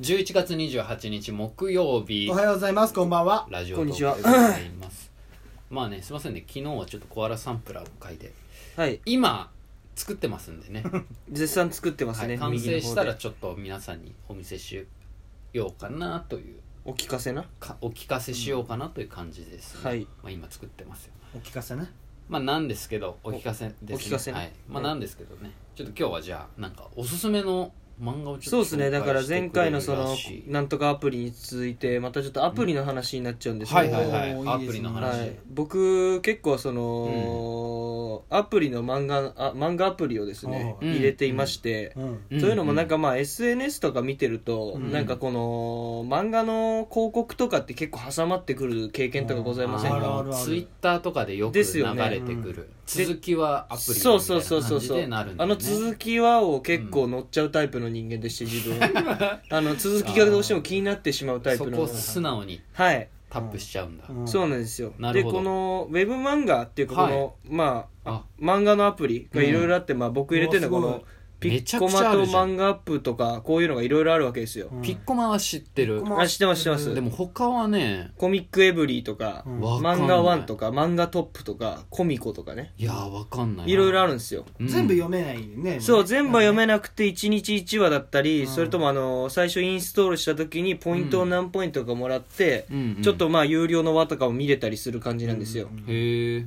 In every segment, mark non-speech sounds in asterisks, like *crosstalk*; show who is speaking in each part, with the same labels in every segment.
Speaker 1: 11月28日木曜日
Speaker 2: おはようございますこんばんは
Speaker 1: ラジオ
Speaker 3: こんにちは
Speaker 1: トークでございますまあねすいませんね昨日はちょっとコアラサンプラーを書いて
Speaker 3: はい
Speaker 1: 今作ってますんで
Speaker 3: *laughs*
Speaker 1: ね、
Speaker 3: 絶賛作ってます
Speaker 1: は
Speaker 3: ね、
Speaker 1: い、完成したら
Speaker 3: 右の方で
Speaker 1: ちょっと皆さんにお見せしようかなという
Speaker 3: お聞かせな
Speaker 1: かお聞かせしようかなという感じですね、
Speaker 3: はい
Speaker 1: まあ、今作ってますよ
Speaker 2: お聞かせね
Speaker 1: まあなんですけどお聞かせです、ね、
Speaker 3: お聞かせね
Speaker 1: はいまあ
Speaker 3: はい
Speaker 1: なんですけどねちょっと今日はじゃあなんかおすすめの漫画をち
Speaker 3: そ
Speaker 1: ょ
Speaker 3: う
Speaker 1: っと
Speaker 3: ですねだから前回のそ
Speaker 1: 紹
Speaker 3: の
Speaker 1: 介してくれるらしい
Speaker 3: なんとかアプリに続いてまたちょっとアプリの話になっちゃうんですけど、
Speaker 1: はいはいはい
Speaker 2: お
Speaker 1: ア
Speaker 2: ーいい
Speaker 1: プ
Speaker 2: です
Speaker 1: リ
Speaker 2: ね
Speaker 1: の
Speaker 3: は
Speaker 1: 話、
Speaker 3: い僕結構その、アプリの漫画あ漫画アプリをですね
Speaker 2: お
Speaker 1: ー
Speaker 3: 入れていまして、
Speaker 2: うん
Speaker 1: ん
Speaker 3: というのもなんかまあ SNS とか見てると、
Speaker 2: うん
Speaker 3: なんかこの漫画の広告とかって結構挟まってくる経験とかございません
Speaker 2: あるあ
Speaker 3: か
Speaker 2: るある
Speaker 1: ツイッターとかでよく流
Speaker 3: ですよね
Speaker 1: れてくる、
Speaker 3: で
Speaker 1: 続きはアプリみたい
Speaker 3: そうそうそう
Speaker 1: な
Speaker 3: そ
Speaker 1: 感
Speaker 3: う
Speaker 1: じ
Speaker 3: そう
Speaker 1: でなるんだ
Speaker 3: あ
Speaker 1: よね
Speaker 3: の続きはを結構乗っちゃうタイプの人間でして自分あの続きがどうしても気になってしまうタイ
Speaker 1: そ
Speaker 3: プ
Speaker 1: こ
Speaker 3: の
Speaker 1: を素直に
Speaker 3: はい
Speaker 1: タップしちゃうんだ、
Speaker 2: うん
Speaker 3: そうなんですよ
Speaker 1: なる
Speaker 3: で
Speaker 1: ほど
Speaker 3: このウェブ漫画っていうか
Speaker 1: は
Speaker 3: こ
Speaker 1: い
Speaker 3: の、まあ
Speaker 1: あ
Speaker 3: 漫画のアプリがいろいろあって、まあ、僕入れてるのがこ
Speaker 2: うわす
Speaker 3: のピ
Speaker 1: めちゃ
Speaker 3: ッ
Speaker 1: くち
Speaker 3: コ
Speaker 1: ゃ
Speaker 3: マ
Speaker 1: ある
Speaker 3: と
Speaker 1: じゃん
Speaker 3: 漫画アップとかこういうのがいろいろあるわけですよ、
Speaker 2: うん
Speaker 1: ピッコマは知ってる、
Speaker 2: コマ
Speaker 3: あ知ってます知ってます
Speaker 1: でも他はね
Speaker 3: コミックエブリーとか、
Speaker 2: うん
Speaker 1: わかんない
Speaker 3: 漫画ワンとか漫画トップとかコミコとかね
Speaker 1: いやーわかんない
Speaker 3: いろいろあ
Speaker 1: る、
Speaker 3: るんですよ
Speaker 1: うん
Speaker 2: 全部読めないね
Speaker 3: そう全部は読
Speaker 2: ない
Speaker 3: めなくて1日1話だったり、
Speaker 2: うん
Speaker 3: それともあの最初インストールした時にポイントを何ポイントかもらって、
Speaker 1: うんうん
Speaker 3: ちょっとまあ有料の輪とかも見れたりする感じなんですよ、
Speaker 1: へえ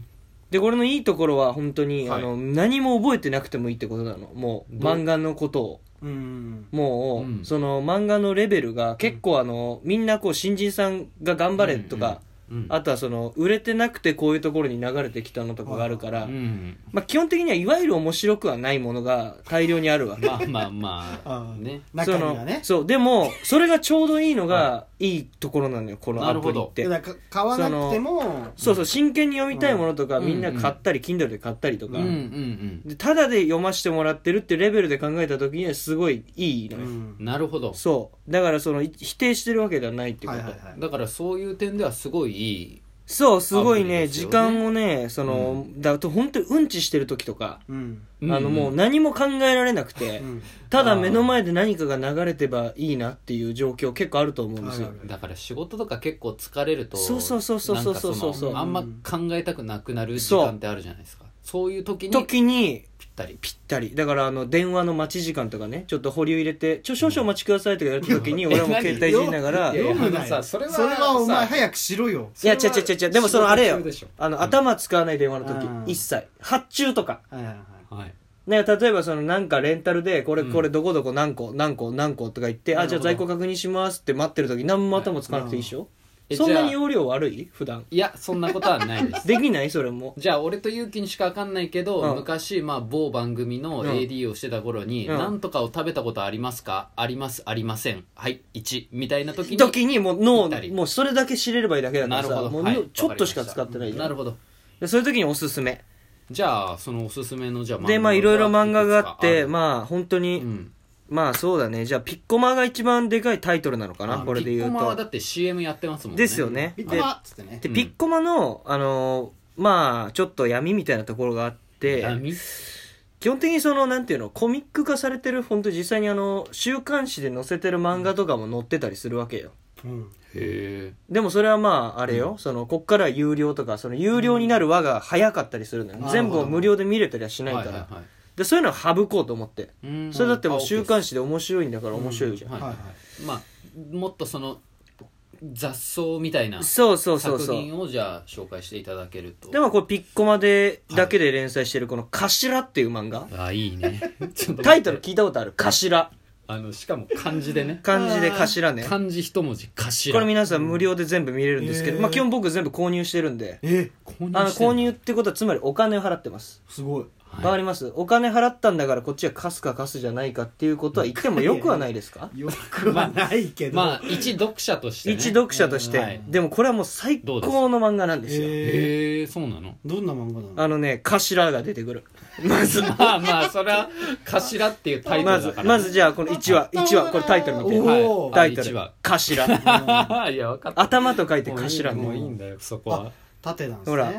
Speaker 3: でこれのいいところは本当に、
Speaker 1: はい
Speaker 3: あの何も覚えてなくてもいいってことなのもう
Speaker 1: どう
Speaker 3: 漫画のことを
Speaker 2: うん
Speaker 3: もう、
Speaker 1: うん
Speaker 3: その漫画のレベルが結構あの、みんなこう新人さんが頑張れとか、
Speaker 1: うん
Speaker 3: あとはその売れてなくてこういうところに流れてきたのとかがあるから、
Speaker 1: うん
Speaker 3: まあ、基本的にはいわゆる面白くはないものが大量にあるわけ
Speaker 1: まあまあ
Speaker 3: *laughs*
Speaker 1: まあ
Speaker 2: あ
Speaker 1: ね
Speaker 2: 中にはね
Speaker 3: そのそうでもそれがちょうどいいのがいいところなのよこのアプリっ
Speaker 2: だ
Speaker 3: て
Speaker 2: からか買わなくても
Speaker 3: そうそう真剣に読みたいものとか、
Speaker 1: うん
Speaker 3: みんな買ったり、Kindle で買ったりと
Speaker 1: うん
Speaker 3: か、
Speaker 1: うんうん
Speaker 3: でただで読ませてもらってるってレベルで考えた時にはすごいいいうのよ、
Speaker 2: ん
Speaker 1: なるほど
Speaker 3: そうだからそのい否定してるわけではないっていう
Speaker 2: は
Speaker 3: こ
Speaker 2: い
Speaker 3: と、
Speaker 2: はいはい
Speaker 1: だからそういう点ではすごいいい
Speaker 3: そうすごい
Speaker 1: アプリ
Speaker 3: ね
Speaker 1: ですよ
Speaker 3: 時
Speaker 1: ね
Speaker 3: 間をねその、だと本当にうんちしてる時とか、
Speaker 2: うん
Speaker 3: あのもう何も考えられなくて、
Speaker 2: うん
Speaker 3: ただ目の前で何かが流れてばいいなっていう状況結構あると思うんですよ、
Speaker 2: あるある
Speaker 1: だから仕事とか結構疲れると
Speaker 3: そうそうそうそうそうそうそ
Speaker 1: なんか
Speaker 3: う
Speaker 1: のあんま考えたくなくなる時間ってあるじゃないですかそういう時にぴっ
Speaker 3: 時に
Speaker 1: たり
Speaker 3: ぴったりだからあの電話の待ち時間とかねちょっと保留入れて「ちょ少々お待ちください」とかやった時に俺はもう携帯いじりながら
Speaker 1: え何
Speaker 2: 読
Speaker 3: い
Speaker 2: む
Speaker 1: いや
Speaker 2: ない
Speaker 1: やあのさ
Speaker 2: よ
Speaker 1: そ
Speaker 2: そ
Speaker 1: れ
Speaker 2: れ
Speaker 1: は
Speaker 2: はお前
Speaker 1: さ
Speaker 2: 早くしろよ
Speaker 3: や違う違う違うでもそのあれよ
Speaker 1: 仕事中でしょ
Speaker 3: あの頭使わない電話の
Speaker 2: うん
Speaker 3: 時一切発注とか
Speaker 2: はいはいはい
Speaker 1: はい
Speaker 3: ね例えばそのなんかレンタルでこれ
Speaker 1: うん
Speaker 3: これどこどこ何個何個何個とか言って
Speaker 1: なる
Speaker 3: あ
Speaker 1: ほ
Speaker 3: じ
Speaker 1: ど
Speaker 3: ゃあ在庫確認しますって待ってる時何も頭使わなくていいでしょ
Speaker 1: え
Speaker 3: そんな
Speaker 1: じ
Speaker 3: に
Speaker 1: ゃあ
Speaker 3: 容量悪い
Speaker 1: *laughs*
Speaker 3: 普段
Speaker 1: いやそんなことはないです *laughs*
Speaker 3: できないそれも
Speaker 1: じゃあ俺と勇気にしか分かんないけど、
Speaker 3: うん
Speaker 1: 昔、まあ、某番組の
Speaker 3: うん
Speaker 1: AD をしてた頃に「
Speaker 3: うん
Speaker 1: なんとかを食べたことありますかありますありませんはい1」みたいな時に
Speaker 3: 時にもう脳
Speaker 1: ぴったり
Speaker 3: もうそれだけ知れればいいだけだか
Speaker 1: な
Speaker 3: ら
Speaker 1: る
Speaker 3: さ
Speaker 1: ほど、
Speaker 3: もう
Speaker 1: はい
Speaker 3: 脳ちょっとしか使ってないじゃ
Speaker 1: なんるほど
Speaker 3: でそういう時におすすめ
Speaker 1: じゃあそのおすすめのじゃあ
Speaker 3: でまあいろいろ漫画があって
Speaker 1: あ
Speaker 3: まあ本当に、
Speaker 1: うん
Speaker 3: まあそうだねじゃあピッコマが一番でかいタイトルなのかな
Speaker 1: あ
Speaker 3: これで
Speaker 1: ピ
Speaker 3: 言う
Speaker 1: ッコマはだ
Speaker 3: と
Speaker 1: って CM やってますもんね
Speaker 3: ですよね
Speaker 2: ビ
Speaker 3: で
Speaker 2: ッグマっつってね
Speaker 3: で
Speaker 1: うん
Speaker 3: ピッコマのあのーまあちょっと闇みたいなところがあって
Speaker 1: 闇
Speaker 3: 基本的にそのなんていうのコミック化されてる本当実際にあの週刊誌で載せてる漫画とかも載ってたりするわけよ
Speaker 2: うん
Speaker 1: へ
Speaker 3: でもそれはまああれよ、そのこっからは有料とかその有料になる輪が早かったりするのよ、
Speaker 2: うん
Speaker 3: 全部を無料で見れたりはし
Speaker 1: え
Speaker 3: ないから、
Speaker 1: はいはい
Speaker 3: でそういうのを省こうと思って
Speaker 1: はいうん
Speaker 3: それだってもう週刊
Speaker 1: 誌
Speaker 3: 誌で面白いんだから面白いじゃん、
Speaker 1: はい
Speaker 2: はいはい
Speaker 1: まあもっとその雑草みたいな
Speaker 3: そうそうそう
Speaker 1: 作
Speaker 3: そう
Speaker 1: 品をじゃあ紹介していただけると
Speaker 3: でもこれピッコマでだけで連載してるこの「頭」っていう漫画、
Speaker 1: あいい
Speaker 3: *laughs*
Speaker 1: ねちょっと待って
Speaker 3: タイトル聞いたことある「頭
Speaker 1: あのしかも漢字でね」
Speaker 3: 漢字で「頭ね」
Speaker 1: 漢字一文字頭
Speaker 3: これ皆さん無料で全部見れるんですけど、
Speaker 2: へー
Speaker 3: まあ、基本僕全部購入してるんで
Speaker 2: え
Speaker 1: 購
Speaker 3: あの
Speaker 1: してん
Speaker 3: 購
Speaker 1: の
Speaker 3: 入ってことはつまりお金を払ってます
Speaker 2: すごい
Speaker 1: はい
Speaker 3: わかりますお金払ったんだからこっちは貸すか貸すじゃないかっていうことは言ってもよくはないですか
Speaker 2: よくはないけど
Speaker 1: まあ一読者として、ね、
Speaker 3: 一読者として、
Speaker 1: はい
Speaker 3: でもこれはもう最高の漫画なんですよ
Speaker 2: え
Speaker 1: へえそうなの
Speaker 2: どんな漫画なの
Speaker 3: あのね「頭」が出てくるま
Speaker 1: *laughs*
Speaker 3: ず
Speaker 1: まあまあそれは頭っていうタイト
Speaker 3: ま
Speaker 1: ルだ
Speaker 3: ず
Speaker 1: から、
Speaker 3: まずじゃあこの1話1話これタイトル見て
Speaker 2: おー
Speaker 1: はい、
Speaker 3: タイト
Speaker 1: あ一話
Speaker 3: ル「
Speaker 1: *laughs*
Speaker 3: 頭」
Speaker 1: いや分かった
Speaker 3: 頭と書いて
Speaker 1: もういい
Speaker 3: 頭
Speaker 1: もういい
Speaker 3: ね
Speaker 1: んだよそこは
Speaker 2: 縦なんですね
Speaker 3: ほら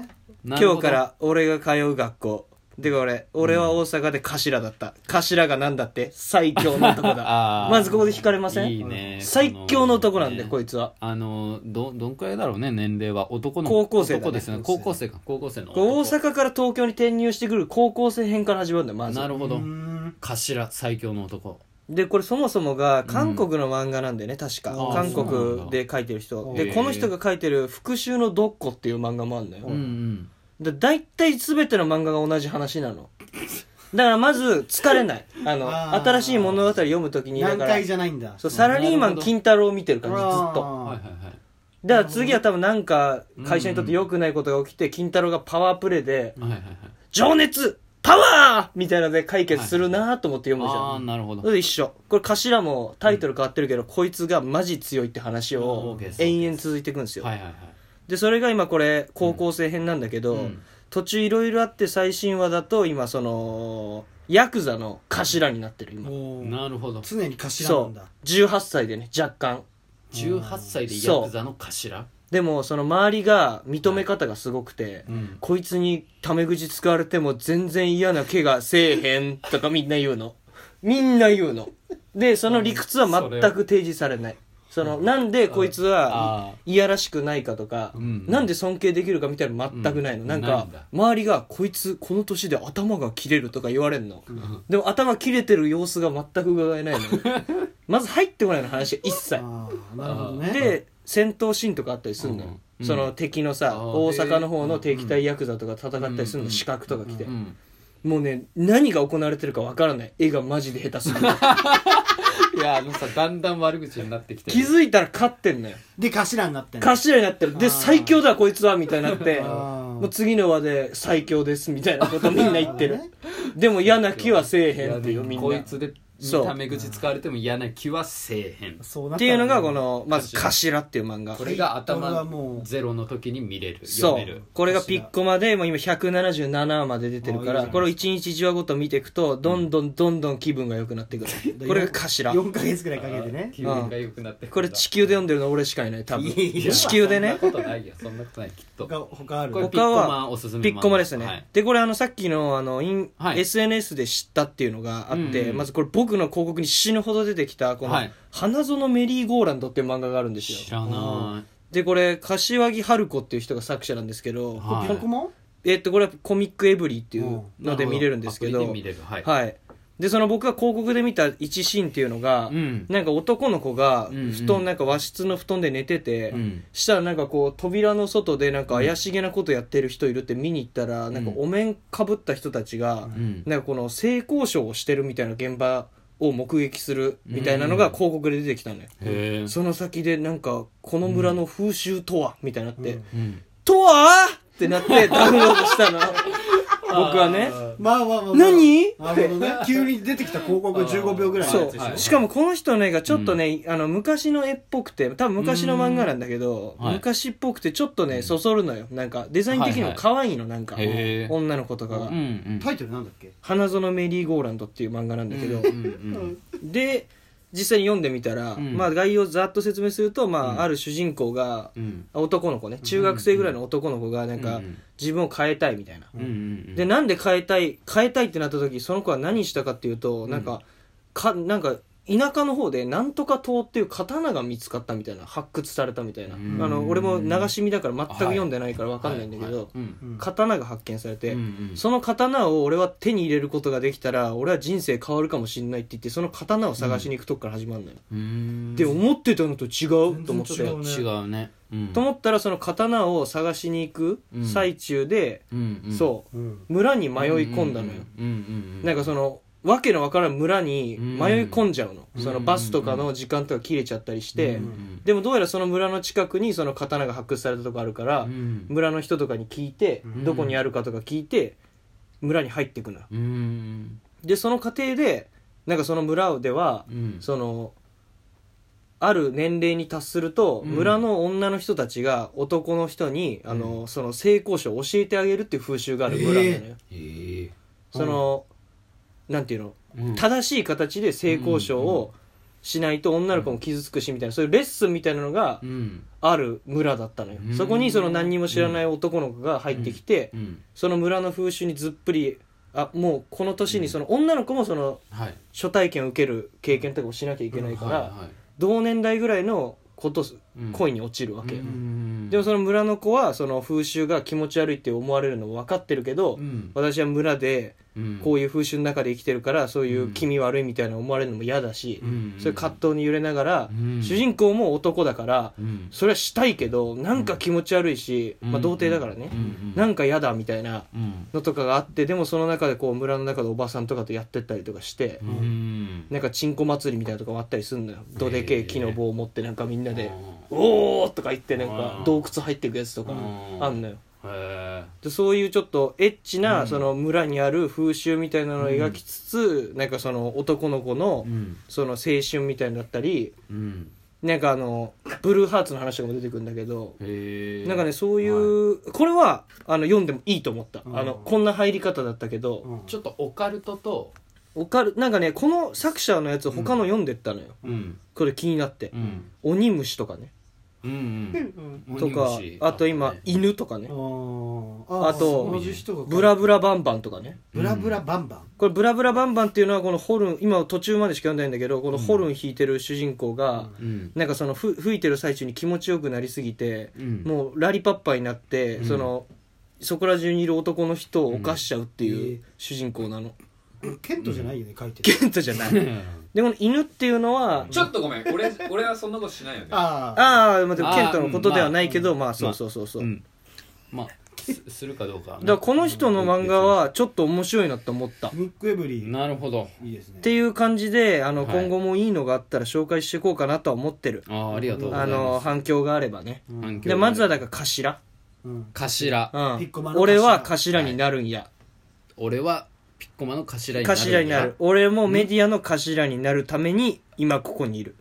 Speaker 1: なるほ
Speaker 3: 今
Speaker 1: ど
Speaker 3: 日から俺が通う学校で俺俺は大阪で頭だった頭がなんだって最強の
Speaker 1: *laughs*
Speaker 3: 男
Speaker 1: あ
Speaker 3: だ
Speaker 1: ー
Speaker 3: まずここで惹かれません
Speaker 1: いいね
Speaker 3: 最強の男なんで、
Speaker 1: こ
Speaker 3: こ
Speaker 1: い
Speaker 3: いつは
Speaker 1: あのどどんくらいだろうね年齢は男の
Speaker 3: 高校生だね
Speaker 1: 男ですね高校生か高校生の
Speaker 3: こう大阪から東京に転入してくる高校生編から始まるんだよまず
Speaker 1: なるほ
Speaker 2: うー
Speaker 1: ど
Speaker 2: ん
Speaker 1: 頭最強の男
Speaker 3: でこれそもそもが韓国の漫画なんだよね、確か
Speaker 2: あー
Speaker 3: 韓
Speaker 1: そうなん
Speaker 3: 国
Speaker 1: だ
Speaker 3: で描いてる人
Speaker 1: へ
Speaker 3: で
Speaker 1: ー
Speaker 3: この人が描いてる「復讐のドッコ」っていう漫画もあるんだよ、
Speaker 1: うんうん
Speaker 3: で大体全ての漫画が同じ話なのだからまず疲れないあの
Speaker 2: あー
Speaker 3: 新しい物語読む時にだ
Speaker 2: 難
Speaker 3: から
Speaker 2: 解じゃないんだ
Speaker 3: そうサラリーマン金太郎を見てる感じずっと
Speaker 1: はい
Speaker 2: あ
Speaker 1: はいはい
Speaker 3: だから次は多分なんか会社にとって良くないことが起きて金太郎がパワープレイで
Speaker 1: はいはいはい
Speaker 3: 「情熱パワー!」みたいなので解決するなと思って読むじゃん、
Speaker 1: ああなるほど
Speaker 3: それで一緒これ頭もタイトル変わってるけど、こいつがマジ強いって話
Speaker 1: うん
Speaker 3: を
Speaker 1: OK です
Speaker 3: 延々続いていくんですよ、
Speaker 1: はいはいはい
Speaker 3: でそれが今これ高校生編なんだけど、
Speaker 1: うん
Speaker 3: 途中いろいろあって最新話だと今そのヤクザの頭になってる今
Speaker 2: もう
Speaker 1: なるほど
Speaker 2: 常に頭な
Speaker 3: そ
Speaker 2: ん
Speaker 3: う
Speaker 2: だ
Speaker 3: 18歳でね若干
Speaker 1: 18歳でヤクザの頭
Speaker 3: でもその周りが認め方がすごくて、
Speaker 1: うん
Speaker 3: こいつにタメ口使われても全然嫌な怪我せえへんとかみんな言うの。みんな言うの。で、その理屈は全く提示されない。その、なんでこいつ
Speaker 1: あ
Speaker 3: は
Speaker 1: ー
Speaker 3: いやらしくないかとか、
Speaker 1: うん
Speaker 3: なんで尊敬できるかみたいなの全くないの。
Speaker 1: うん
Speaker 3: なん
Speaker 1: ない
Speaker 3: か
Speaker 1: んだ、
Speaker 3: 周りがこいつこの年で頭が切れるとか言われんの。でも頭切れてる様子が全く伺えないの。
Speaker 1: *laughs*
Speaker 3: まず入ってこないの話が一切。
Speaker 2: ああなるほどね
Speaker 3: で戦闘シーンとかあったりするのよ、
Speaker 1: うん
Speaker 3: その
Speaker 1: うん
Speaker 3: 敵のさ
Speaker 1: あー
Speaker 3: 大阪の方の敵
Speaker 1: へ
Speaker 3: 対ヤクザとか戦ったりす
Speaker 1: うんう
Speaker 3: るの
Speaker 1: ん
Speaker 3: 資格とか来て
Speaker 1: うん
Speaker 3: もうね何が行われてるかわからない絵がマジで下手す
Speaker 1: *laughs*
Speaker 3: ぎる
Speaker 1: いやあのさだんだん悪口になってきてる
Speaker 3: 気づいたら勝ってんのよ
Speaker 2: で頭になってんの
Speaker 3: 頭になっ
Speaker 1: *laughs*
Speaker 3: てる
Speaker 2: あ
Speaker 3: で
Speaker 2: ー
Speaker 3: 最強だこいつはみたいになって
Speaker 2: あー
Speaker 3: もう次の輪で最強ですみたいなことみんな言ってる *laughs* でも嫌な気はせえへんっていうみんな
Speaker 1: こいつで
Speaker 3: そう
Speaker 1: タメ口使われても嫌な気はせえへん
Speaker 2: そうな
Speaker 3: っ
Speaker 2: った
Speaker 3: て
Speaker 2: ら
Speaker 3: いうのがこのまず「頭」っていう漫画
Speaker 1: これが
Speaker 2: これ
Speaker 1: 頭
Speaker 2: はもう
Speaker 1: ゼロの時に見れる読
Speaker 3: そ
Speaker 1: める
Speaker 3: うこれがピッコマでもう今177話まで出てるか
Speaker 2: あいい
Speaker 3: ら
Speaker 2: じゃん
Speaker 3: これを1日1話ごと見ていくとどんどんどんどん気分が良くなっ
Speaker 1: *laughs*
Speaker 3: てくるこれが頭
Speaker 2: 4ヶ月ぐらいかけて
Speaker 1: あー
Speaker 2: ね
Speaker 1: 気分が良くなってくる
Speaker 3: これ地球で読んでるの俺しかいない多分
Speaker 1: いや
Speaker 3: 地球でね
Speaker 1: そんなことないよそんなことないきっと
Speaker 2: 他他ある
Speaker 1: これ
Speaker 3: 他
Speaker 1: ピ
Speaker 3: は
Speaker 1: ッコマおすすめ
Speaker 3: ピッコマです
Speaker 1: は
Speaker 3: ね
Speaker 1: い
Speaker 3: でこれあのさっきのあのイン
Speaker 1: はい
Speaker 3: SNS で知ったっていうのがあっ
Speaker 1: うん
Speaker 3: て
Speaker 1: うん
Speaker 3: まずこれ僕の広告に死ぬほど出てきたこの
Speaker 1: はい
Speaker 3: 「花園メリーゴーランド」っていう漫画があるんです
Speaker 1: 知
Speaker 3: よ
Speaker 1: らな
Speaker 3: でこれ柏木春子っていう人が作者なんですけど
Speaker 1: はい
Speaker 2: ここも
Speaker 3: えっとこれはコミックエブリィっていう
Speaker 1: い
Speaker 3: ので見れるんです
Speaker 1: アプ
Speaker 3: け
Speaker 1: リ
Speaker 3: ど
Speaker 1: で見れるはい
Speaker 3: はい。で、その僕が広告で見た一シーンっていうのが、
Speaker 1: うん
Speaker 3: なんか男の子が、
Speaker 1: うんうん
Speaker 3: 布団、なんか和室の布団で寝てて、
Speaker 1: うん
Speaker 3: したらなんかこう扉の外でなんか怪しげなことやってる人いるって見に行ったら、なんかお面かぶった人たちが、
Speaker 1: ん
Speaker 3: なんかこの性交渉をしてるみたいな現場を目撃するみたいなのが広告で出てきたのよ、
Speaker 1: へえ
Speaker 3: その先でなんかこの村の風習とは、みたいになって、
Speaker 2: うん
Speaker 1: うん
Speaker 3: とはってなってダウンロードしたの僕はね
Speaker 2: まあまあまあまあ
Speaker 3: 何
Speaker 2: なるほどね急に出てきた広告15秒ぐらいの
Speaker 3: そ
Speaker 2: や
Speaker 3: う
Speaker 2: つでしょ
Speaker 1: はい
Speaker 3: しかもこの人の絵がちょっとね、あの昔の絵っぽくて多分昔の漫画なんだけど、
Speaker 1: うんはい
Speaker 3: 昔っぽくてちょっとねそそるのよなんかデザイン的にも可愛いのなんか、
Speaker 1: へえ
Speaker 3: 女の子とかが、
Speaker 1: うんうん
Speaker 2: タイトルなんだっけ
Speaker 3: 花園メリーゴーランド」っていう漫画なんだけ
Speaker 1: う
Speaker 3: ど、
Speaker 1: んうん
Speaker 3: で実際に読んでみたら、
Speaker 1: ん
Speaker 3: まあ、概要をざっと説明すると、まあある主人公が、
Speaker 1: うん
Speaker 3: 男の子ね中学生ぐらいの男の子がなんか、
Speaker 1: うん
Speaker 3: 自分を変えたいみたいな、
Speaker 1: うんうん
Speaker 3: でなんで変えたい変えたいってなった時その子は何したかっていうと、なんかかなんか田舎の方でなんとか刀っていう刀が見つかったみたいな発掘されたみたいなあ
Speaker 1: うん
Speaker 3: の俺も流し見だから全く読んでないから分かんないんだけ
Speaker 1: は
Speaker 3: ど、
Speaker 1: はうん
Speaker 2: うん
Speaker 3: 刀が発見されて、
Speaker 1: うんうん
Speaker 3: その刀を俺は手に入れることができたら俺は人生変わるかもしれないって言ってその刀を探しに行くとこから始まるのよ、
Speaker 1: うーん
Speaker 3: で思ってたのと違うと思って
Speaker 2: 全然違う
Speaker 1: 違うねうん
Speaker 3: と思ったらその刀を探しに行く最中で、
Speaker 1: うんうん
Speaker 3: そう
Speaker 2: うん
Speaker 3: 村に迷い込んだのよ、
Speaker 1: うんうんうん
Speaker 3: なんかそのわけのわからん村に迷い込んじゃうの、そのバスとかの時間とか切れちゃったりして、
Speaker 1: うんうん
Speaker 3: でもどうやらその村の近くにその刀が発掘されたとこあるから、
Speaker 1: うん
Speaker 3: 村の人とかに聞いて、どこにあるかとか聞いて村に入っていくのよ
Speaker 1: うん
Speaker 3: でその過程でなんかその村では、
Speaker 1: うん
Speaker 3: そのある年齢に達すると、
Speaker 1: うん
Speaker 3: 村の女の人たちが男の人に、あのその性交渉を教えてあげるっていう風習がある村なのよ、
Speaker 1: ええ
Speaker 3: その、なんていうの
Speaker 1: うん
Speaker 3: 正しい形で性交渉をしないと女の子も傷つくしみたいなそういうレッスンみたいなのが
Speaker 1: うん
Speaker 3: ある村だったのよ、
Speaker 1: うん
Speaker 3: そこにその何にも知らない男の子が入ってきて、
Speaker 1: うん
Speaker 3: その村の風習にずっぷりあもうこの年にその女の子もその
Speaker 1: はい
Speaker 3: 初体験を受ける経験とかをしなきゃいけないから、
Speaker 1: はいはい
Speaker 3: 同年代ぐらいの子と
Speaker 1: うん
Speaker 3: 恋に落ちるわけ、
Speaker 1: うんうん
Speaker 3: でもその村の子はその風習が気持ち悪いって思われるの分かってるけど、
Speaker 1: うん
Speaker 3: 私は村で
Speaker 1: うん
Speaker 3: こういう風習の中で生きてるからそういう
Speaker 1: うん
Speaker 3: 気味悪いみたいな思われるのも嫌だし、
Speaker 1: うん
Speaker 3: そういう葛藤に揺れながら、
Speaker 1: うん
Speaker 3: 主人公も男だから、
Speaker 1: うん
Speaker 3: それはしたいけどなんか気持ち悪いし、
Speaker 1: うん
Speaker 3: まあ、童貞だからね、
Speaker 1: うん
Speaker 3: なんか嫌だみたいな
Speaker 1: うん
Speaker 3: のとかがあってでもその中でこう村の中でおばさんとかとやってったりとかして、
Speaker 1: うん
Speaker 3: なんかチンコ祭りみたいなとこもあったりするのよどでけえ木の棒を持ってなんかみんなで「おー!」とか言ってなん
Speaker 1: う
Speaker 3: か
Speaker 1: ん
Speaker 3: 洞窟入っていくやつとか
Speaker 1: うん
Speaker 3: あんのよ
Speaker 1: へえ
Speaker 3: でそういうちょっとエッチ
Speaker 1: う
Speaker 3: なんその村にある風習みたいなのを描きつつなんかその男の子の
Speaker 1: うん
Speaker 3: その青春みたいなのだったり
Speaker 1: うん
Speaker 3: なんかあのブルーハーツの話とかも出てくるんだけど
Speaker 1: へえ
Speaker 3: なんかねそういうこれはあの読んでもいいと思った
Speaker 2: うん
Speaker 3: あのこんな入り方だったけど
Speaker 1: ちょっとオカルトと
Speaker 3: オカルなんかねこの作者のやつ他の読んでったのよ
Speaker 1: うん
Speaker 3: これ気になって
Speaker 1: うん
Speaker 3: 鬼虫とかね
Speaker 1: うんうん
Speaker 3: とか
Speaker 1: 鬼虫
Speaker 3: あと今
Speaker 1: ね
Speaker 3: 犬とかね
Speaker 2: あ
Speaker 3: あと
Speaker 2: そういう人が
Speaker 3: ブラブラバンバンとかね
Speaker 2: ブラブラバンバン
Speaker 3: これブラブラバンバンっていうのはこのホルン今途中までしか読んでないんだけどこのホルン弾いてる主人公が
Speaker 1: うん
Speaker 3: なんかそのふ吹いてる最中に気持ちよくなりすぎて
Speaker 1: うん
Speaker 3: もうラリパッパになって、
Speaker 1: うん
Speaker 3: そのそこら中にいる男の人を犯しちゃうって
Speaker 2: うん
Speaker 3: い
Speaker 2: え
Speaker 3: う主人公なの、 *laughs*
Speaker 2: ケントじゃないよね書いてる
Speaker 3: ケントじゃな
Speaker 1: *laughs*
Speaker 3: いでこの犬っていうのは
Speaker 4: ちょっとごめん俺俺はそんなことしないよね
Speaker 2: ああ
Speaker 3: ああまあでも
Speaker 1: あー
Speaker 3: ケントのことではないけど
Speaker 1: うん
Speaker 3: まあ
Speaker 1: まあ
Speaker 3: そうそうそうそう、
Speaker 1: うんまあすするかどうかはね
Speaker 3: だからこの人の漫画はちょっと面白いなと思った
Speaker 2: ブックエブリー
Speaker 1: なるほど
Speaker 2: いいですね
Speaker 3: っていう感じであの、
Speaker 1: はい
Speaker 3: 今後もいいのがあったら紹介していこうかなとは思ってる
Speaker 1: ああありがとうござ
Speaker 3: あ
Speaker 1: い
Speaker 3: の
Speaker 1: ます
Speaker 3: 反響があればね
Speaker 2: うん
Speaker 1: 反響
Speaker 3: でまずはだから頭、
Speaker 2: うん
Speaker 1: 頭
Speaker 3: うん
Speaker 2: ピッコマの頭
Speaker 3: 俺は頭になるんや、
Speaker 1: 俺はピッコマの頭になる
Speaker 3: 頭になる俺もメディアの頭になるために今ここにいる